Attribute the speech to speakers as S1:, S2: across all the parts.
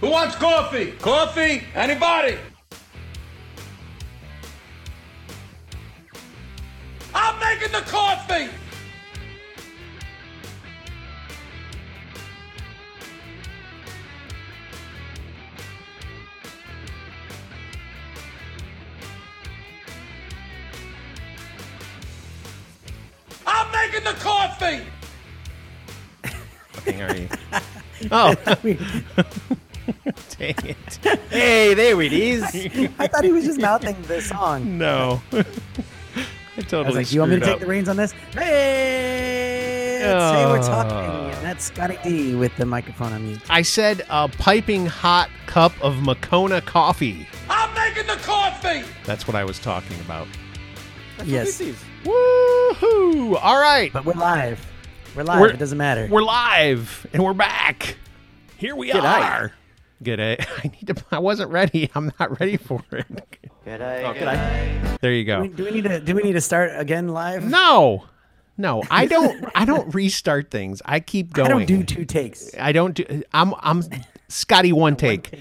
S1: Who wants coffee? Coffee? Anybody? I'm making the coffee! I'm making the coffee!
S2: Oh,
S3: Dang it.
S2: hey, there it is.
S4: I thought he was just mouthing the song.
S3: No. I
S4: I was
S3: totally
S4: like, "Do you want me to
S3: screwed
S4: take the reins on this?" Hey, say we're talking. And that's Scotty D with the microphone on mute.
S3: up. I said a piping hot cup of Makona coffee.
S1: I'm making the coffee!
S3: That's what I was talking about.
S4: Yes,
S3: Woohoo! All right.
S4: but we're live. We're live.
S3: We're-
S4: it doesn't matter.
S3: We're live and we're back. Here we
S4: G'day.
S3: are. G'day. I need to I wasn't ready. I'm not ready for it. Oh, There
S4: Do we,
S3: you go.
S4: do we need to? Do we need to start again live?
S3: No. No, I don't I don't restart things. I keep going.
S4: I don't do two takes.
S3: I don't do I'm I'm Scotty one take.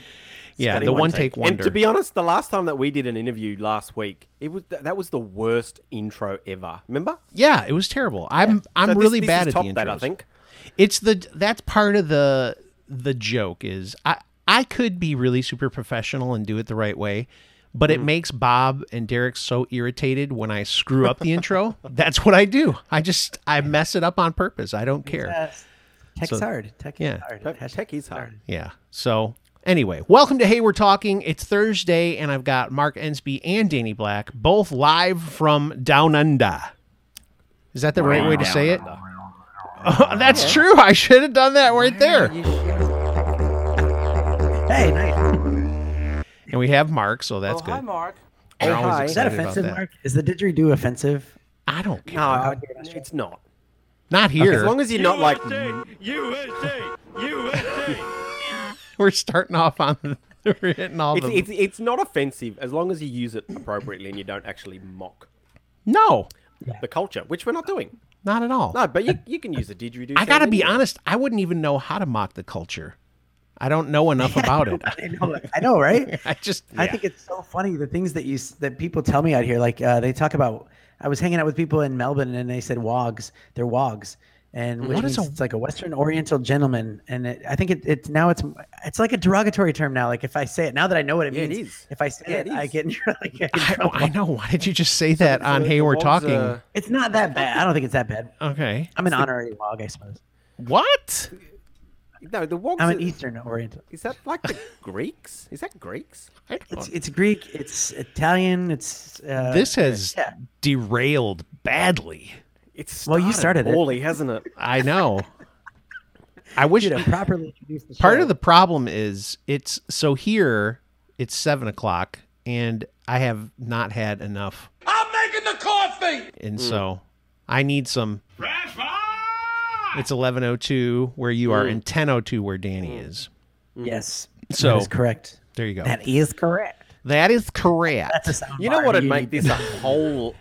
S3: Yeah,
S2: Scotty
S3: the
S2: one
S3: one
S2: take.
S3: take wonder.
S2: And to be honest, the last time that we did an interview last week, it was th- that was the worst intro ever. Remember?
S3: Yeah, it was terrible. I'm I'm
S2: So this-
S3: really
S2: this
S3: bad
S2: has
S3: at the
S2: topped that, I
S3: intros.
S2: think.
S3: It's the that's part of the the joke is I I could be really super professional and do it the right way, but
S2: Hmm.
S3: it makes Bob and Derek so irritated when I screw up the intro. That's what I do. I just I mess it up on purpose. I don't care.
S4: Yes. Tech's
S3: So-
S4: hard. Tech is
S3: yeah.
S4: hard.
S2: Tech- tech is hard.
S3: Yeah. So anyway, welcome to Hey We're Talking. It's Thursday, and I've got Mark Ensby and Danny Black both live from Down Under. Is that the right way to say it? Oh, that's true. I should have done that right there.
S4: Hey, nice.
S3: And we have Mark, so that's good.
S2: Mark.
S3: We're always
S2: hi.
S4: Is that
S3: excited about
S4: offensive,
S3: that.
S4: Mark? Is the didgeridoo offensive?
S3: I don't care.
S2: No, I- Uh, it's not.
S3: Not
S2: As
S3: here.
S2: long as you're not like
S1: USA! USA!
S3: We're starting off on we're hitting all
S2: it's,
S3: the
S2: it's it's not offensive as long as you use it appropriately and you don't actually mock
S3: No,
S2: the culture, which we're not doing.
S3: not at all.
S2: No, but you, you can use a didgeridoo.
S3: I gotta
S2: sound
S3: be
S2: anyway.
S3: honest, I wouldn't even know how to mock the culture. I don't know enough about it.
S4: I know, I know, right?
S3: I just
S4: I think it's so funny the things that you s- that people tell me out here. Like uh, they talk about. I was hanging out with people in Melbourne, and they said wogs. They're wogs, and which
S3: What is
S4: means
S3: a-
S4: it's like a Western Oriental gentleman. And it, I think it, it's now it's it's like a derogatory term now. Like if I say it now that I know what it
S2: Yeah, it
S4: means,
S2: is.
S4: if I say
S2: Yeah,
S4: it,
S2: it
S4: I
S2: is.
S4: get in tr- like, I get in
S3: I, oh,
S4: trouble.
S3: I know. Why did you just say that on
S2: The-
S3: Hey
S2: the
S3: We're
S2: Wogs,
S3: Talking?
S2: uh,
S4: It's not that bad. I don't think it's that bad.
S3: Okay.
S4: I'm an honorary wog, I suppose.
S3: What?
S2: no, the wogs.
S4: I'm
S2: are-
S4: an Eastern Oriental.
S2: Is that like the Greeks? Is that Greeks?
S3: I
S4: It's
S3: don't-
S4: it's Greek. It's Italian. It's uh,
S3: This has
S4: yeah.
S3: derailed badly.
S2: It's
S4: Well, you started it.
S2: poorly, hasn't it?
S3: I know. I wish
S4: to properly introduce the
S3: part
S4: show.
S3: of the problem is it's so here it's seven o'clock and I have not had enough,
S1: I'm making the coffee!
S3: and
S4: Mm.
S3: so I need some.
S1: That's
S3: It's eleven oh two where you
S4: Mm.
S3: are, and ten oh two where Danny is.
S4: yes.
S3: So-
S4: that is correct.
S3: There you go.
S4: Mm. That is correct.
S3: That is correct.
S4: That's a sound
S2: You know
S4: bar.
S2: what'd
S4: You
S2: make
S4: need-
S2: this a whole.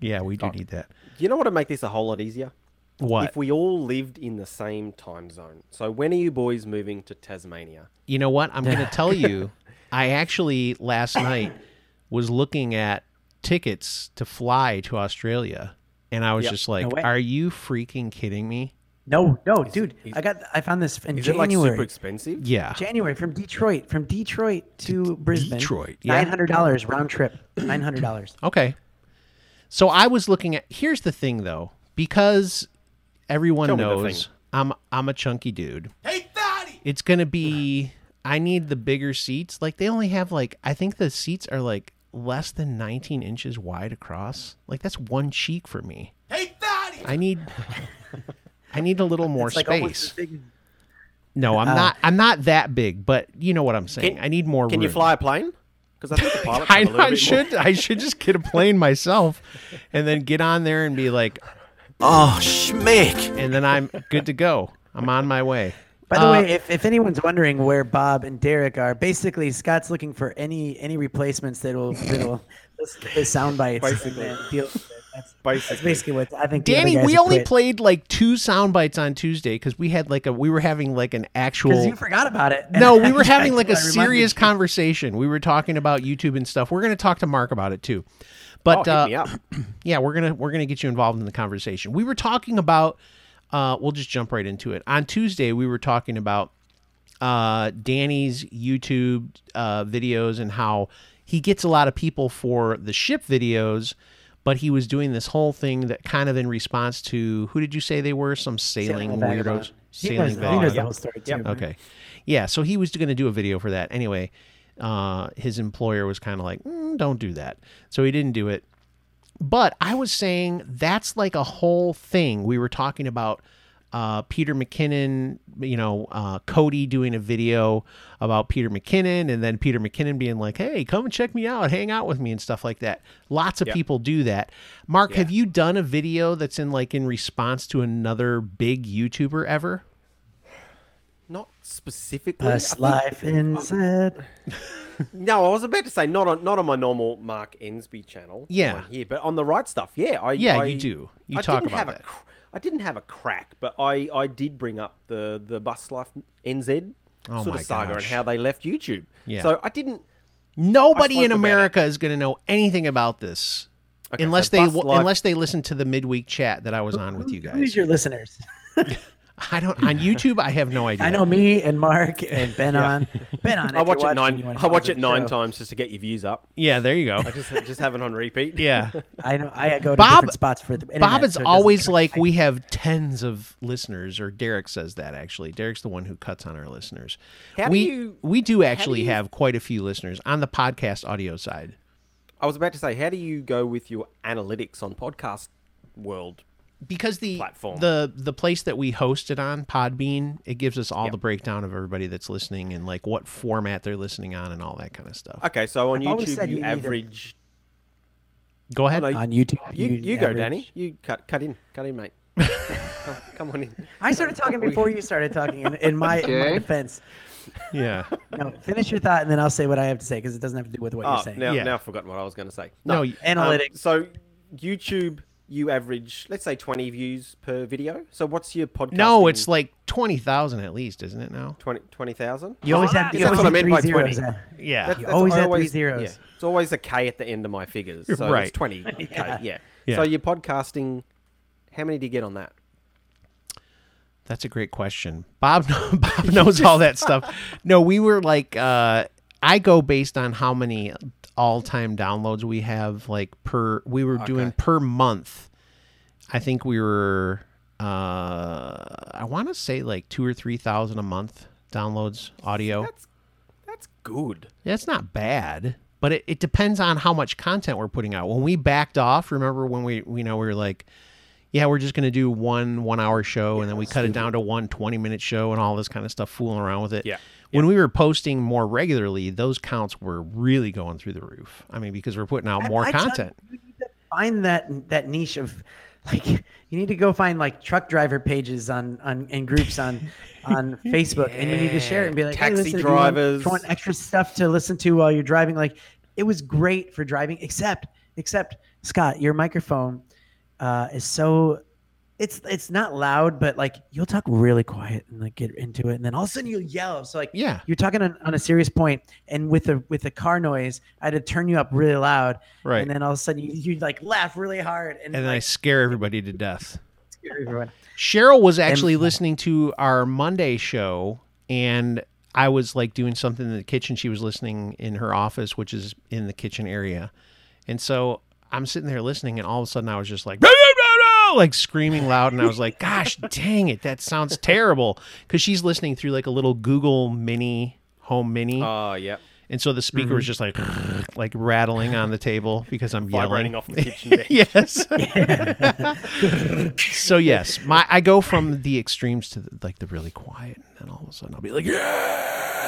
S3: Yeah, we do need that.
S2: You know what'd make this a whole lot easier?
S3: What?
S2: If we all lived in the same time zone. So when are you boys moving to Tasmania?
S3: you know what? I'm going to tell you. I actually last night was looking at tickets to fly to Australia, and I was
S2: Yep.
S3: just like,
S4: No way.
S3: "Are you freaking kidding me?"
S4: No, no, dude. I got. I found this in
S2: Is
S4: January.
S2: it like super expensive?
S3: Yeah,
S4: January from Detroit, from Detroit to Brisbane.
S3: Detroit, yeah.
S4: Nine hundred dollars round trip. Nine hundred dollars.
S3: Okay. So I was looking at here's the thing though, because everyone
S2: Tell me the
S3: knows
S2: thing.
S3: I'm I'm a chunky dude.
S1: Hey, Daddy!
S3: It's gonna be I need the bigger seats. Like they only have like I think the seats are like less than 19 inches wide across. Like that's one cheek for me.
S1: Hey, Daddy!
S3: I need I need a little more
S4: It's like almost
S3: space.
S4: as big.
S3: No, I'm not I'm not that big, but you know what I'm saying. I need more
S2: Oh. Can you
S3: room.
S2: fly a plane? Because I think the pilots
S3: I
S2: have
S3: know
S2: a little
S3: I
S2: bit more-
S3: should I should just get a plane myself and then get on there and be like,
S5: Oh, schmick.
S3: and then I'm good to go. I'm on my way.
S4: By the
S3: Uh,
S4: way, if, if anyone's wondering where Bob and Derek are, basically Scott's looking for any any replacements that will that will listen to his sound bites.
S5: Basically.
S4: and deal with it. That's, that's
S5: Basically.
S4: basically what I think. the other
S3: Danny,
S4: guys
S3: we
S4: have
S3: only
S4: quit.
S3: played like two sound bites on Tuesday because we had like a we were having like an actual.
S4: you forgot about it.
S3: no, we were having
S4: I-
S3: like
S4: I
S3: a
S4: reminded
S3: serious
S4: you.
S3: conversation. We were talking about YouTube and stuff. We're going to talk to Mark about it too.
S2: Oh,
S3: But
S2: hit
S3: uh,
S2: me up.
S3: yeah, we're gonna we're gonna get you involved in the conversation. We were talking about. Uh, we'll just jump right into it. On Tuesday, we were talking about uh, Danny's YouTube uh, videos and how he gets a lot of people for the ship videos, but he was doing this whole thing that kind of in response to who did you say they were? Some sailing,
S4: Vagabond.
S3: weirdos.
S4: He knows, he
S3: Vagabond.
S4: knows the whole story too. right?
S3: Okay. Yeah. So he was going to do a video for that. Anyway, uh, his employer was kind of like, "Mm, don't do that. So he didn't do it. But I was saying that's like a whole thing. We were talking about uh, Peter McKinnon, you know, uh, Cody doing a video about Peter McKinnon and then Peter McKinnon being like, hey, come and check me out, hang out with me and stuff like that. Lots of people do that. Mark, have you done a video that's in like in response to another big YouTuber ever?
S2: Not specifically. I
S4: Best
S2: think-
S4: life inside.
S2: No, I was about to say not on not on my normal Mark Ensby channel. the
S3: Yeah.
S2: one here, but on the right stuff. Yeah, I
S3: Yeah,
S2: I-
S3: you do. You
S2: I
S3: talk
S2: didn't
S3: about
S2: have a
S3: that.
S2: cr- I didn't have a crack, but I I did bring up the the bus life NZ
S3: Oh
S2: sort
S3: my
S2: of saga and
S3: gosh.
S2: how they left YouTube.
S3: Yeah.
S2: So I didn't. I
S3: Nobody
S2: spoke
S3: in
S2: about
S3: America is going to know anything about this
S2: Okay,
S3: unless
S2: so
S3: they
S2: bus
S3: w-
S2: life-
S3: unless they listen to the midweek chat that I was on with you
S4: Who's
S3: guys.
S4: your listeners?
S3: I don't on YouTube. I have no idea.
S4: I know me and Mark and Ben on. Ben on.
S2: I
S4: if
S2: watch
S4: you're watching,
S2: it nine.
S4: you wanna
S2: I
S4: follow
S2: watch
S4: the
S2: it nine
S4: show.
S2: times just to get your views up.
S3: Yeah, there you go.
S2: I just just have it on repeat.
S3: Yeah,
S4: I know. I go to
S3: Bob-
S4: different spots for the.
S3: Bob
S4: internet,
S3: is
S4: so it doesn't
S3: always
S4: track.
S3: like we have tens of listeners, or Derek says that actually. Derek's the one who cuts on our listeners.
S2: How do
S3: we
S2: you-
S3: we do actually
S2: you-
S3: have quite a few listeners on the podcast audio side.
S2: I was about to say, how do you go with your analytics on podcast world?
S3: because the
S2: platform.
S3: the the place that we host it on Podbean, it gives us all the breakdown of everybody that's listening and like what format they're listening on and all that kind of stuff.
S2: Okay, so on
S4: I've always
S2: YouTube
S4: said
S2: you,
S4: you need a-
S2: average.
S3: Go ahead.
S2: I know
S4: on YouTube.
S2: You, you go,
S4: average-
S2: Danny. You cut cut in, cut in, mate. Come- Come on in.
S4: I started talking before you started talking. In, in my, in my
S5: Okay.
S4: defense,
S3: yeah.
S4: no. Finish your thought, and then I'll say what I have to say because it doesn't have to do with what
S2: Oh,
S4: you're saying.
S2: now,
S3: Yeah.
S2: now I've forgotten what I was going to say.
S3: No, y-
S2: um,
S4: Analytics.
S2: so YouTube, you average, let's say, twenty views per video. So what's your podcast?
S3: No, it's like twenty thousand at least, isn't it now?
S2: 20 20,000?
S4: you always have.
S2: Um, That's
S4: You always
S2: what I
S4: have
S2: meant by
S4: three zeros.
S2: 20.
S4: uh,
S3: Yeah.
S2: That-
S4: You
S2: that's-
S4: always
S2: I
S4: add three zeros.
S2: yeah, it's always a K at the end of my figures. So
S3: Right.
S2: it's 20. K, yeah.
S3: Yeah.
S2: So you're podcasting, how many do you get on that?
S3: That's a great question. Bob Bob knows all that stuff. No, we were like uh I go based on how many all-time downloads we have like per we were doing per month. I think we were uh I want to say like 2 or 3,000 a month downloads audio. That's,
S2: That's that's good.
S3: not bad, but it, it depends on how much content we're putting out. When we backed off, remember when we you know we were like yeah, we're just going to do one one hour show and then we cut it down to one 20 minute show and all this kind of stuff, fooling around with it.
S2: Yeah.
S3: When we were posting more regularly, those counts were really going through the roof. I mean, because we're putting out
S4: I-
S3: more
S4: I tell you,
S3: content.
S4: you need to find that that niche of like you need to go find like truck driver pages on on and groups on on Facebook, and you need to share it and be like hey,
S2: Taxi
S4: listen, if you want-
S2: drivers.
S4: if you want extra stuff to listen to while you're driving. Like it was great for driving, except except Scott, your microphone uh, is so. It's it's not loud, but like you'll talk really quiet and like get into it, and then all of a sudden you'll yell. So like
S3: Yeah.
S4: you're talking on, on a serious point, and with the with the car noise, I had to turn you up really loud,
S3: Right.
S4: and then all of a sudden you you like laugh really hard and,
S3: And then I
S4: like,
S3: scare everybody to death.
S4: scare everyone.
S3: Cheryl was actually listening to our Monday show, and I was like doing something in the kitchen. She was listening in her office, which is in the kitchen area. And so I'm sitting there listening, and all of a sudden I was just like, "Rah, rah, rah, rah," like screaming loud. And I was like, gosh, dang it, that sounds terrible. Because she's listening through like a little Google mini home mini.
S2: Oh, yeah.
S3: and so the speaker was just like, like rattling on the table because I'm
S2: Vibrating
S3: yelling.
S2: off the kitchen deck.
S3: yes. so yes, my I go from the extremes to the, like the really quiet, and then all of a sudden I'll be like, yeah,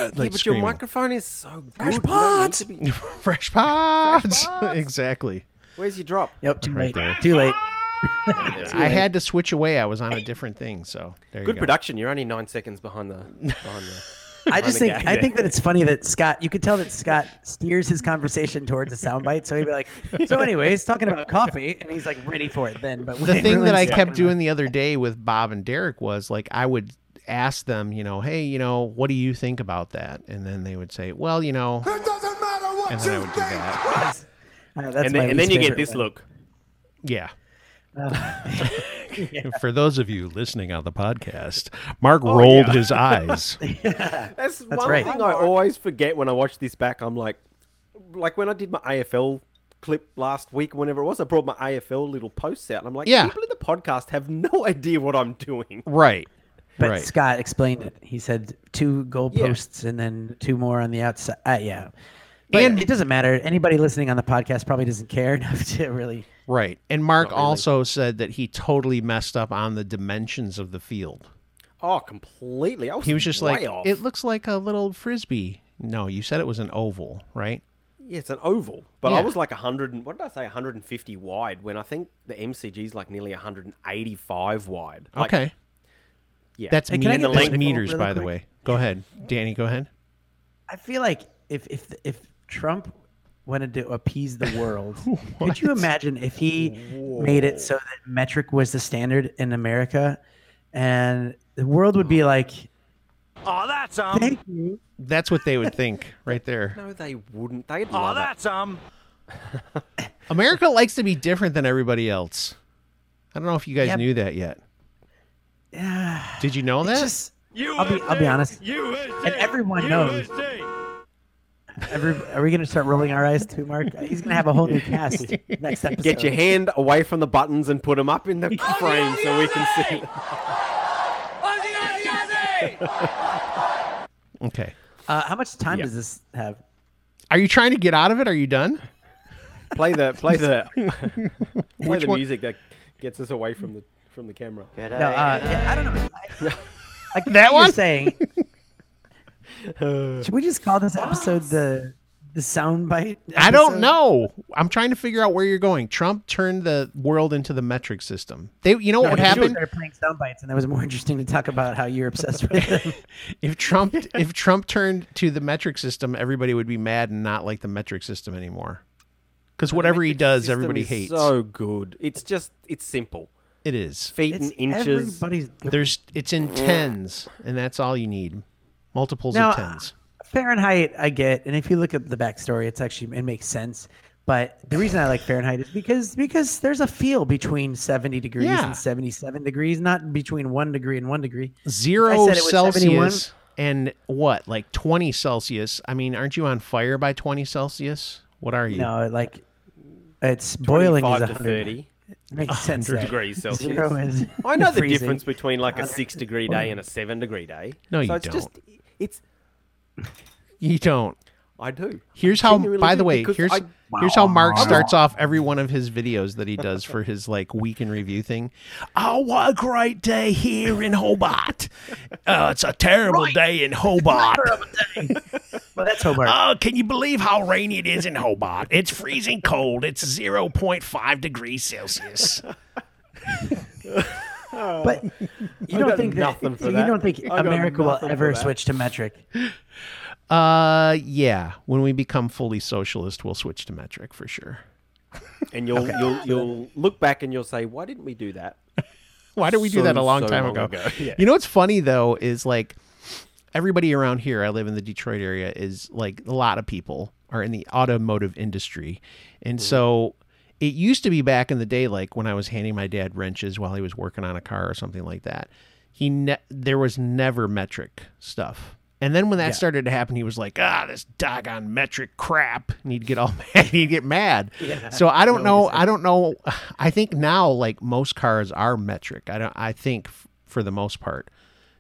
S2: Yeah,
S3: like
S2: but
S3: screaming.
S2: your microphone is so good. you don't need
S3: pods.
S2: to be-
S3: fresh pods, exactly.
S2: Where's your drop?
S4: Yep, too
S3: Right
S4: late.
S3: there.
S4: Too late.
S3: I had to switch away. I was on a different thing. So there
S2: Good
S3: you go.
S2: production. You're only nine seconds behind the. Behind the
S4: I just
S2: behind the
S4: think
S2: gag
S4: I
S2: there.
S4: think that it's funny that Scott. You could tell that Scott steers his conversation towards a soundbite. So he'd be like, "So, anyways, talking about coffee," and he's like ready for it then. But
S3: the
S4: when
S3: thing that I
S4: everyone's
S3: kept
S4: talking about-
S3: doing the other day with Bob and Derek was like I would ask them, you know, hey, you know, what do you think about that? And then they would say, well, you know,
S1: It doesn't matter what
S3: and
S1: you
S3: then I would do
S1: think.
S3: that.
S4: I know, that's
S2: and
S4: my
S2: then, and then
S4: least
S2: you get
S4: favorite
S2: this
S4: one.
S2: look.
S3: Yeah. For those of you listening on the podcast, Mark
S4: Oh,
S3: rolled his eyes.
S2: That's, one
S4: right.
S2: thing I always forget when I watch this back. I'm like, like when I did my AFL clip last week, whenever it was, I brought my AFL little posts out, and I'm like,
S3: Yeah.
S2: people in the podcast have no idea what I'm doing.
S3: right.
S4: But
S3: right.
S4: Scott explained it. He said two goalposts and then two more on the outside. Uh, yeah. But
S3: And-
S4: it doesn't matter. Anybody listening on the podcast probably doesn't care enough to really.
S3: Right. And
S4: Oh,
S3: Mark also said that he totally messed up on the dimensions of the field.
S2: Oh, completely. I was
S3: He was just
S2: way
S3: like,
S2: off.
S3: it looks like a little frisbee. No, you said it was an oval, right?
S2: yeah, it's an oval, but I
S3: Yeah.
S2: was like 100. And, what did I say? 150 wide. When I think the MCG's like nearly 185 wide. Like,
S3: okay.
S2: Yeah.
S3: That's,
S4: Hey, can I
S3: me-
S4: get
S3: that's
S4: technical
S3: meters,
S4: really
S3: by the
S4: quick?
S3: way. Go ahead, Danny. Go ahead.
S4: I feel like if if if Trump wanted to appease the world, could you imagine if he made it so that metric was the standard in America, and the world would be like,
S1: Oh, that's um.
S4: "Thank you."
S3: That's what they would think right there.
S2: no, they wouldn't. They'd
S1: Oh,
S2: love it.
S1: that's um.
S3: America likes to be different than everybody else. I don't know if you guys
S4: Yep.
S3: knew that yet.
S4: Yeah,
S3: Did you know that?
S4: it's just I'll be- I'll be honest.
S1: USA,
S4: And everyone knows.
S1: USA.
S4: every, are we gonna start rolling our eyes too, Mark? He's gonna have a whole new cast next episode.
S2: Get your hand away from the buttons and put them up
S1: Oh,
S2: in the frame so we can see.
S3: Okay.
S4: Uh, how much time does this have?
S3: Are you trying to get out of it? Are you done?
S2: play the play the play the
S3: one?
S2: music that gets us away from the from the camera.
S4: No, uh, yeah, I don't know. I, I get
S3: That
S4: what you're
S3: one?
S4: saying. Should we just call this episode the the soundbite?
S3: I don't
S4: episode?
S3: know. I'm trying to figure out where you're going. Trump turned the world into the metric system. They, you know what would
S4: We should've
S3: happen
S4: started playing soundbites, and that was more interesting to talk about how you're obsessed with them.
S3: if Trump if Trump turned to the metric system, everybody would be mad and not like the metric system anymore. Because whatever he does,
S2: System
S3: everybody
S2: is
S3: hates.
S2: So good. It's just it's simple.
S3: It is.
S2: Feet
S4: It's
S2: and inches.
S4: everybody's
S3: There's it's in tens, and that's all you need. Multiples
S4: Now,
S3: of tens.
S4: Fahrenheit. I get, and if you look at the backstory, it's actually it makes sense. But the reason I like Fahrenheit is because because there's a feel between 70 degrees
S3: Yeah.
S4: and 77 degrees, not between one degree and one degree.
S3: Zero
S4: said it was 71
S3: Celsius and what, like twenty Celsius? I mean, aren't you on fire by twenty Celsius? What are you?
S4: No, like it's boiling is
S2: 25 to
S4: 100.
S2: 30
S4: It makes sense. though.
S2: degrees Celsius.
S4: Zero is
S2: I know the
S4: freezing.
S2: difference between like a six degree day and a seven degree day.
S3: No,
S2: so
S3: you
S2: it's Just, it's
S3: You don't.
S2: I do.
S3: Here's how.
S2: Genuinely
S3: By
S2: do,
S3: the way,
S2: because
S3: here's
S2: I-
S3: here's how Mark starts off every one of his videos that he does for his like week in review thing. Oh, what a great day here in Hobart! Uh, it's a terrible day in Hobart.
S4: Well, that's Hobart.
S3: Oh, can you believe how rainy it is in Hobart? It's freezing cold. It's zero point five degrees Celsius.
S4: but you don't
S2: Uh, got
S4: think that,
S2: nothing for
S4: you
S2: that.
S4: don't think
S2: I got
S4: America will
S2: nothing for
S4: ever
S2: that.
S4: switch to metric.
S3: Uh, yeah. When we become fully socialist, we'll switch to metric for sure.
S2: And you'll you'll you'll look back and you'll say, why didn't we do that?
S3: Why did we do
S2: So,
S3: that a long
S2: so
S3: time
S2: long
S3: ago?
S2: ago. Yeah.
S3: You know what's funny though is like everybody around here. I live in the Detroit area. Is like a lot of people are in the automotive industry,
S2: Mm-hmm.
S3: and so it used to be back in the day, like when I was handing my dad wrenches while he was working on a car or something like that. He ne- there was never metric stuff. And then when that started to happen, he was like, "Ah, this doggone metric crap," and he'd get all mad. He'd get mad. so I don't know. I don't know. I think now, like most cars are metric. I don't. I think f- for the most part,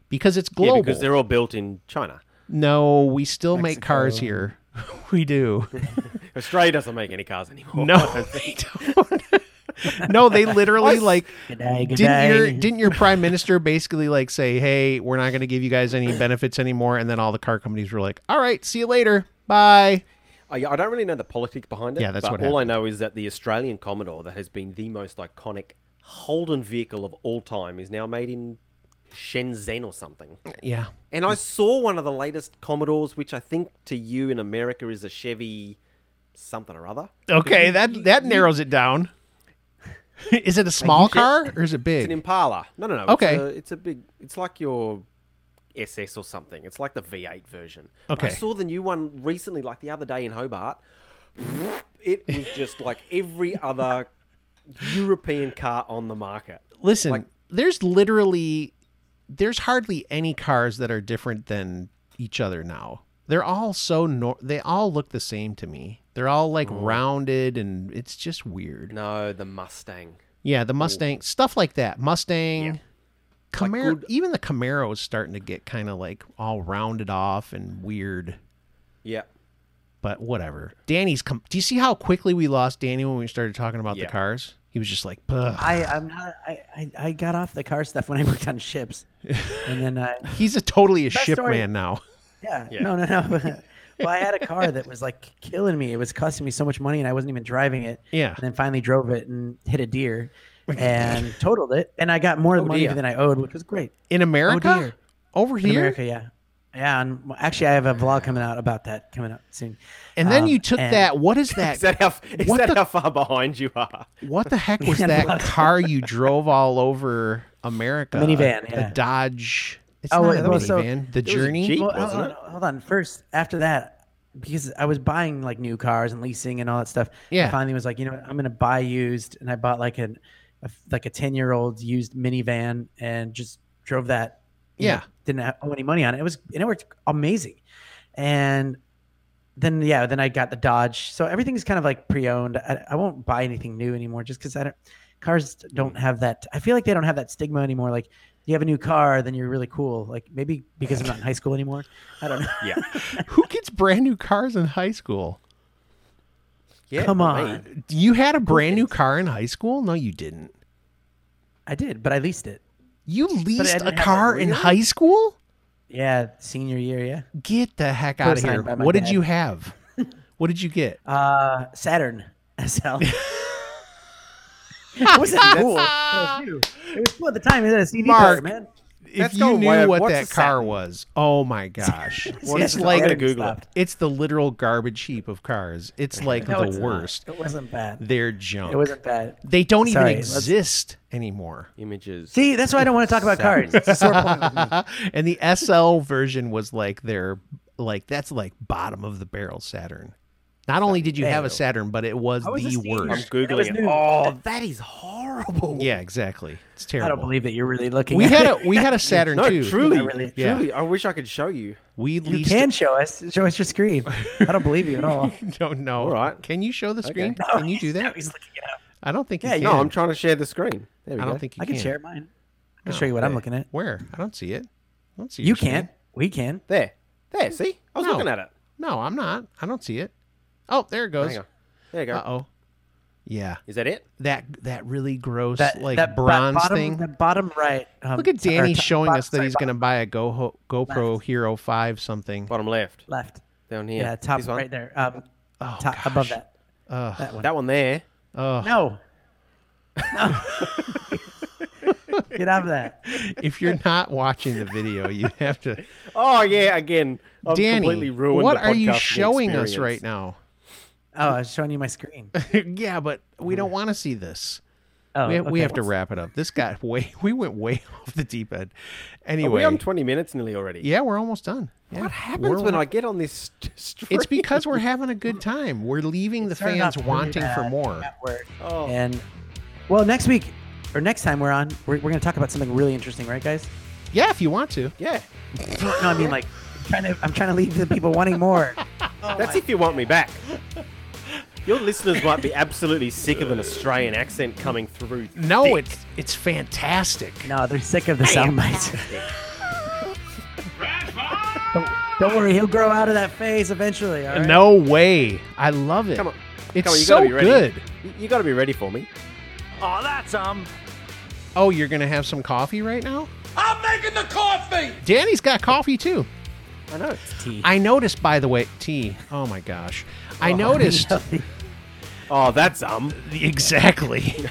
S3: because it's global.
S2: Yeah, because they're all built in China.
S3: no, we still make cars here. we do.
S2: Australia doesn't make any cars anymore.
S3: No, they don't. no, they literally like
S4: G'day,
S3: didn't your
S4: g'day.
S3: didn't your prime minister basically like say, "Hey, we're not going to give you guys any benefits anymore," and then all the car companies were like, "All right, see you later, bye."
S2: I, I don't really know the politics behind it.
S3: Yeah, that's
S2: but
S3: what
S2: all I know is that the Australian Commodore that has been the most iconic Holden vehicle of all time is now made in Shenzhen or something.
S3: Yeah.
S2: And I saw one of the latest Commodores, which I think to you in America is a Chevy something or other.
S3: Okay, that that narrows it down. is it a small car or is it
S2: It's an
S3: big?
S2: Impala. No, no, no.
S3: Okay.
S2: It's a, it's a big. It's like your SS or something. It's like the V8 version.
S3: Okay.
S2: I saw the new one recently, like the other day in Hobart. It was just like every other European car on the market.
S3: Listen,
S2: like-
S3: there's literally there's hardly any cars that are different than each other now. They're all so nor- they all look the same to me. They're all like rounded and it's just weird.
S2: No, the Mustang.
S3: Yeah, the Mustang, stuff like that. Mustang, Camaro,
S2: good-
S3: even the Camaro is starting to get kind of like all rounded off and weird.
S2: Yeah.
S3: But whatever. Danny's. Com- Do you see how quickly we lost Danny when we started talking about
S2: Yeah.
S3: the cars? He was just like, "Ugh."
S4: I, I'm not. I, I, I got off the car stuff when I worked on ships, and then I,
S3: he's a totally a ship
S4: story-
S3: man now.
S4: yeah,
S2: Yeah.
S4: no, no, no. well, I had a car that was like killing me. It was costing me so much money, and I wasn't even driving it.
S3: Yeah.
S4: And then finally drove it and hit a deer, and totaled it, and I got more
S2: Oh,
S4: money
S2: dear.
S4: than I owed, which was great.
S3: In America,
S4: Oh, dear.
S3: over
S4: In
S3: here,
S4: America, yeah, yeah. And well, actually, I have a vlog coming out about that coming up soon.
S3: and then
S4: Um,
S3: you took
S4: and-
S3: that. What is
S2: Is
S3: that?
S2: that how, is
S3: What
S2: that
S3: the-
S2: how far behind you are?
S3: What the heck was
S4: Yeah,
S3: that
S4: what?
S3: car you drove all over America?
S4: Minivan,
S3: a,
S4: yeah.
S3: Dodge. It's
S4: Oh,
S3: not
S4: wait,
S3: a
S4: well, so-
S3: minivan. the
S2: was a
S3: Journey.
S2: Jeep.
S4: Well,
S2: wasn't
S4: hold on,
S2: it?
S4: hold on. First, after that, because I was buying like new cars and leasing and all that stuff.
S3: Yeah.
S4: I finally was like, you know what? I'm gonna buy used, and I bought like an, a f like a ten year old used minivan and just drove that. you know,
S3: Yeah.
S4: didn't have, owe any money on it. It was and it worked amazing, and then yeah, then I got the Dodge. So everything's kind of like pre-owned. I, I won't buy anything new anymore just because I don't. Cars don't have that. I feel like they don't have that stigma anymore. Like you have a new car, then you're really cool. Like maybe because I'm not in high school anymore. I don't know.
S2: Yeah.
S3: Who gets brand new cars in high school?
S2: Yeah.
S4: Come
S2: not me.
S4: on.
S3: You had a brand new car in high school? No, you didn't.
S4: I did, but I leased it.
S3: You leased
S4: didn't
S3: a
S4: have a
S3: car in
S2: really?
S3: high school?
S4: Yeah, senior year. Yeah.
S3: Get the heck out of
S4: First time
S3: here.
S4: by my
S3: What did
S4: dad.
S3: you have? What did you get?
S4: Uh, Saturn SL. it wasn't cool. but It was, new. It was cool at the time. It had a CD player,
S3: Mark.
S4: man.
S3: if
S2: That's
S3: you
S2: going
S3: knew
S2: way up.
S3: what
S2: What's
S3: that
S2: a
S3: car
S2: Saturn?
S3: was, oh my gosh.
S2: What
S3: it's
S2: is it?
S3: like
S2: I'm gonna
S4: Saturn
S2: Google
S4: stopped.
S3: it's the literal garbage heap of cars. It's like
S4: No, it's
S3: the
S4: not.
S3: worst.
S4: It wasn't bad.
S3: They're junk.
S4: It wasn't bad.
S3: they don't even
S4: Sorry, let's-
S3: exist anymore.
S2: Images.
S4: See, that's why I don't want to talk about
S2: Saturn.
S4: cars. It's a sore point with me.
S3: and the SL version was like their like that's like bottom of the barrel Saturn. Not only did you have a
S4: Barrel.
S3: Saturn, but it was
S4: I was a
S3: the
S4: senior.
S2: I'm
S4: It
S3: worst.
S4: was
S2: googling it.
S4: new.
S2: Oh, that is horrible.
S3: Yeah, exactly. It's terrible.
S4: I don't believe that you're really looking.
S3: we
S4: at
S3: had
S4: it.
S3: a we had a Saturn
S2: No,
S3: too.
S2: truly,
S4: Not really.
S3: Yeah.
S2: truly. I wish I could show you.
S3: We
S4: You
S3: leased
S4: can show us. Show us your screen. I don't believe you at all.
S3: don't know.
S2: All right.
S3: Can you show the screen?
S4: No,
S3: Can you do
S4: he's- no,
S3: that?
S4: he's looking it up.
S3: I don't think
S4: Yeah,
S3: you can.
S2: No, I'm trying to share the screen. There we
S3: I
S2: go.
S3: don't think you
S4: I
S3: can. Oh,
S4: can share mine. I can show you what I'm looking at.
S3: Where? I don't see it. I don't see
S4: You
S3: your screen.
S4: can't. We can.
S2: There. There, see? I was
S3: No.
S2: looking at it.
S3: No, I'm not. I don't see it. Oh, there it goes.
S2: Hang on. There you go.
S3: Uh oh. Yeah.
S2: Is that it?
S3: That that really gross
S4: That
S3: like
S4: that bo-
S3: bronze
S4: bottom,
S3: thing.
S4: The bottom right. um,
S3: Look at
S4: t- or
S3: Danny
S4: top-
S3: showing
S4: bottom-
S3: us that
S4: sorry,
S3: he's going to buy a Go- GoPro Hero 5 something.
S2: Bottom left.
S4: bottom left.
S2: Down here.
S4: Yeah, top
S2: This one.
S4: right there. Um,
S3: Oh,
S4: top above
S3: gosh. Oh,
S4: that.
S3: Ugh.
S4: That one.
S2: That one there.
S3: Ugh.
S4: No. No. Get out of that.
S3: if you're not watching the video, you have to.
S2: Oh, yeah, again. I've completely
S3: Danny,
S2: ruined
S3: what
S2: the
S3: are you
S2: podcasting
S3: showing us
S2: experience.
S3: right now?
S4: Oh, I was showing you my screen.
S3: yeah, but we don't want to see this.
S4: Oh,
S3: we, we
S4: okay.
S3: have to wrap it up. This got way. We went way off the deep end.
S2: Are
S3: Anyway,
S2: we on 20 minutes nearly already?
S3: yeah, we're almost done. Yeah,
S2: What happens
S3: we're-
S2: when I get on this st- stream?
S3: It's because we're having a good time. We're leaving the
S4: Started
S3: fans
S4: off really
S3: wanting for
S4: bad
S3: more.
S4: at work.
S2: Oh.
S4: And well, next week or next time we're on, we're, we're going to talk about something really interesting, right, guys?
S3: Yeah, if you want to.
S2: Yeah.
S4: No, I mean like trying to. I'm trying to leave the people wanting more.
S3: Oh
S2: That's if you want me back. Your listeners might be absolutely sick of an Australian accent coming through.
S3: No,
S2: thick.
S3: it's it's fantastic.
S4: No, they're sick of the sound bites. don't, don't worry, he'll grow out of that phase eventually. all right?
S3: No way. I love it.
S2: Come on.
S3: It's
S2: Come on, you
S3: so
S2: gotta be ready.
S3: good.
S2: You, you got to be ready for me.
S1: Oh, that's um.
S3: Oh, you're going to have some coffee right now?
S1: I'm making the coffee.
S3: Danny's got coffee too.
S2: I know.
S4: Tea.
S3: I noticed, by the way, tea. Oh my gosh. I noticed
S4: Healthy.
S2: Oh, that's um.
S3: Exactly.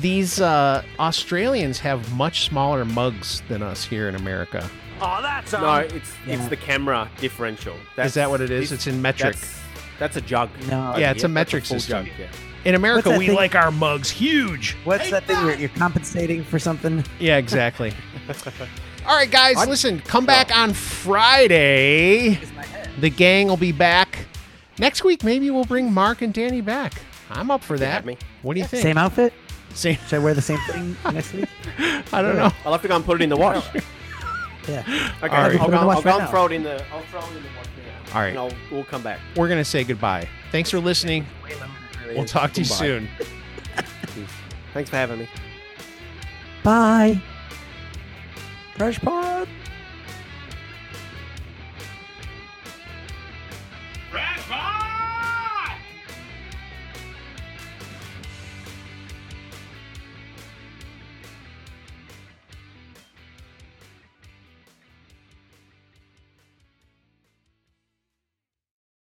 S3: These uh, Australians have much smaller mugs than us here in America.
S1: Oh, that's um.
S2: No, it's it's
S4: Yeah.
S2: the camera differential. That's,
S3: that what it is? It's in metric.
S2: That's, that's a jug.
S4: No.
S3: Yeah, it's a
S2: that's
S3: metric
S2: full
S3: system.
S2: jug, yeah.
S3: In America,
S4: that
S3: we
S4: thing?
S3: like our mugs huge.
S4: What's that thing? You're, you're compensating for something.
S3: Yeah, exactly. All right, guys,
S2: I'm-
S3: listen, come back on Friday. The gang will be back. Next week, maybe we'll bring Mark and Danny back. I'm up for that.
S2: have me.
S3: What do you think?
S4: Same outfit?
S3: Same-
S4: Should I wear the same thing next week?
S3: I don't know.
S2: I'll have to go and put it in the wash. okay,
S4: Yeah.
S3: right.
S2: I'll,
S4: Put it in
S2: go,
S4: the wash
S2: I'll
S4: right
S2: go and
S4: now.
S2: throw it in the. I'll throw it in the wash now.
S3: All right.
S2: And I'll, we'll come back.
S3: We're going to say goodbye. Thanks for listening. We'll talk to you
S2: Goodbye.
S3: soon.
S2: Thanks for having me.
S4: Bye. Fresh pie.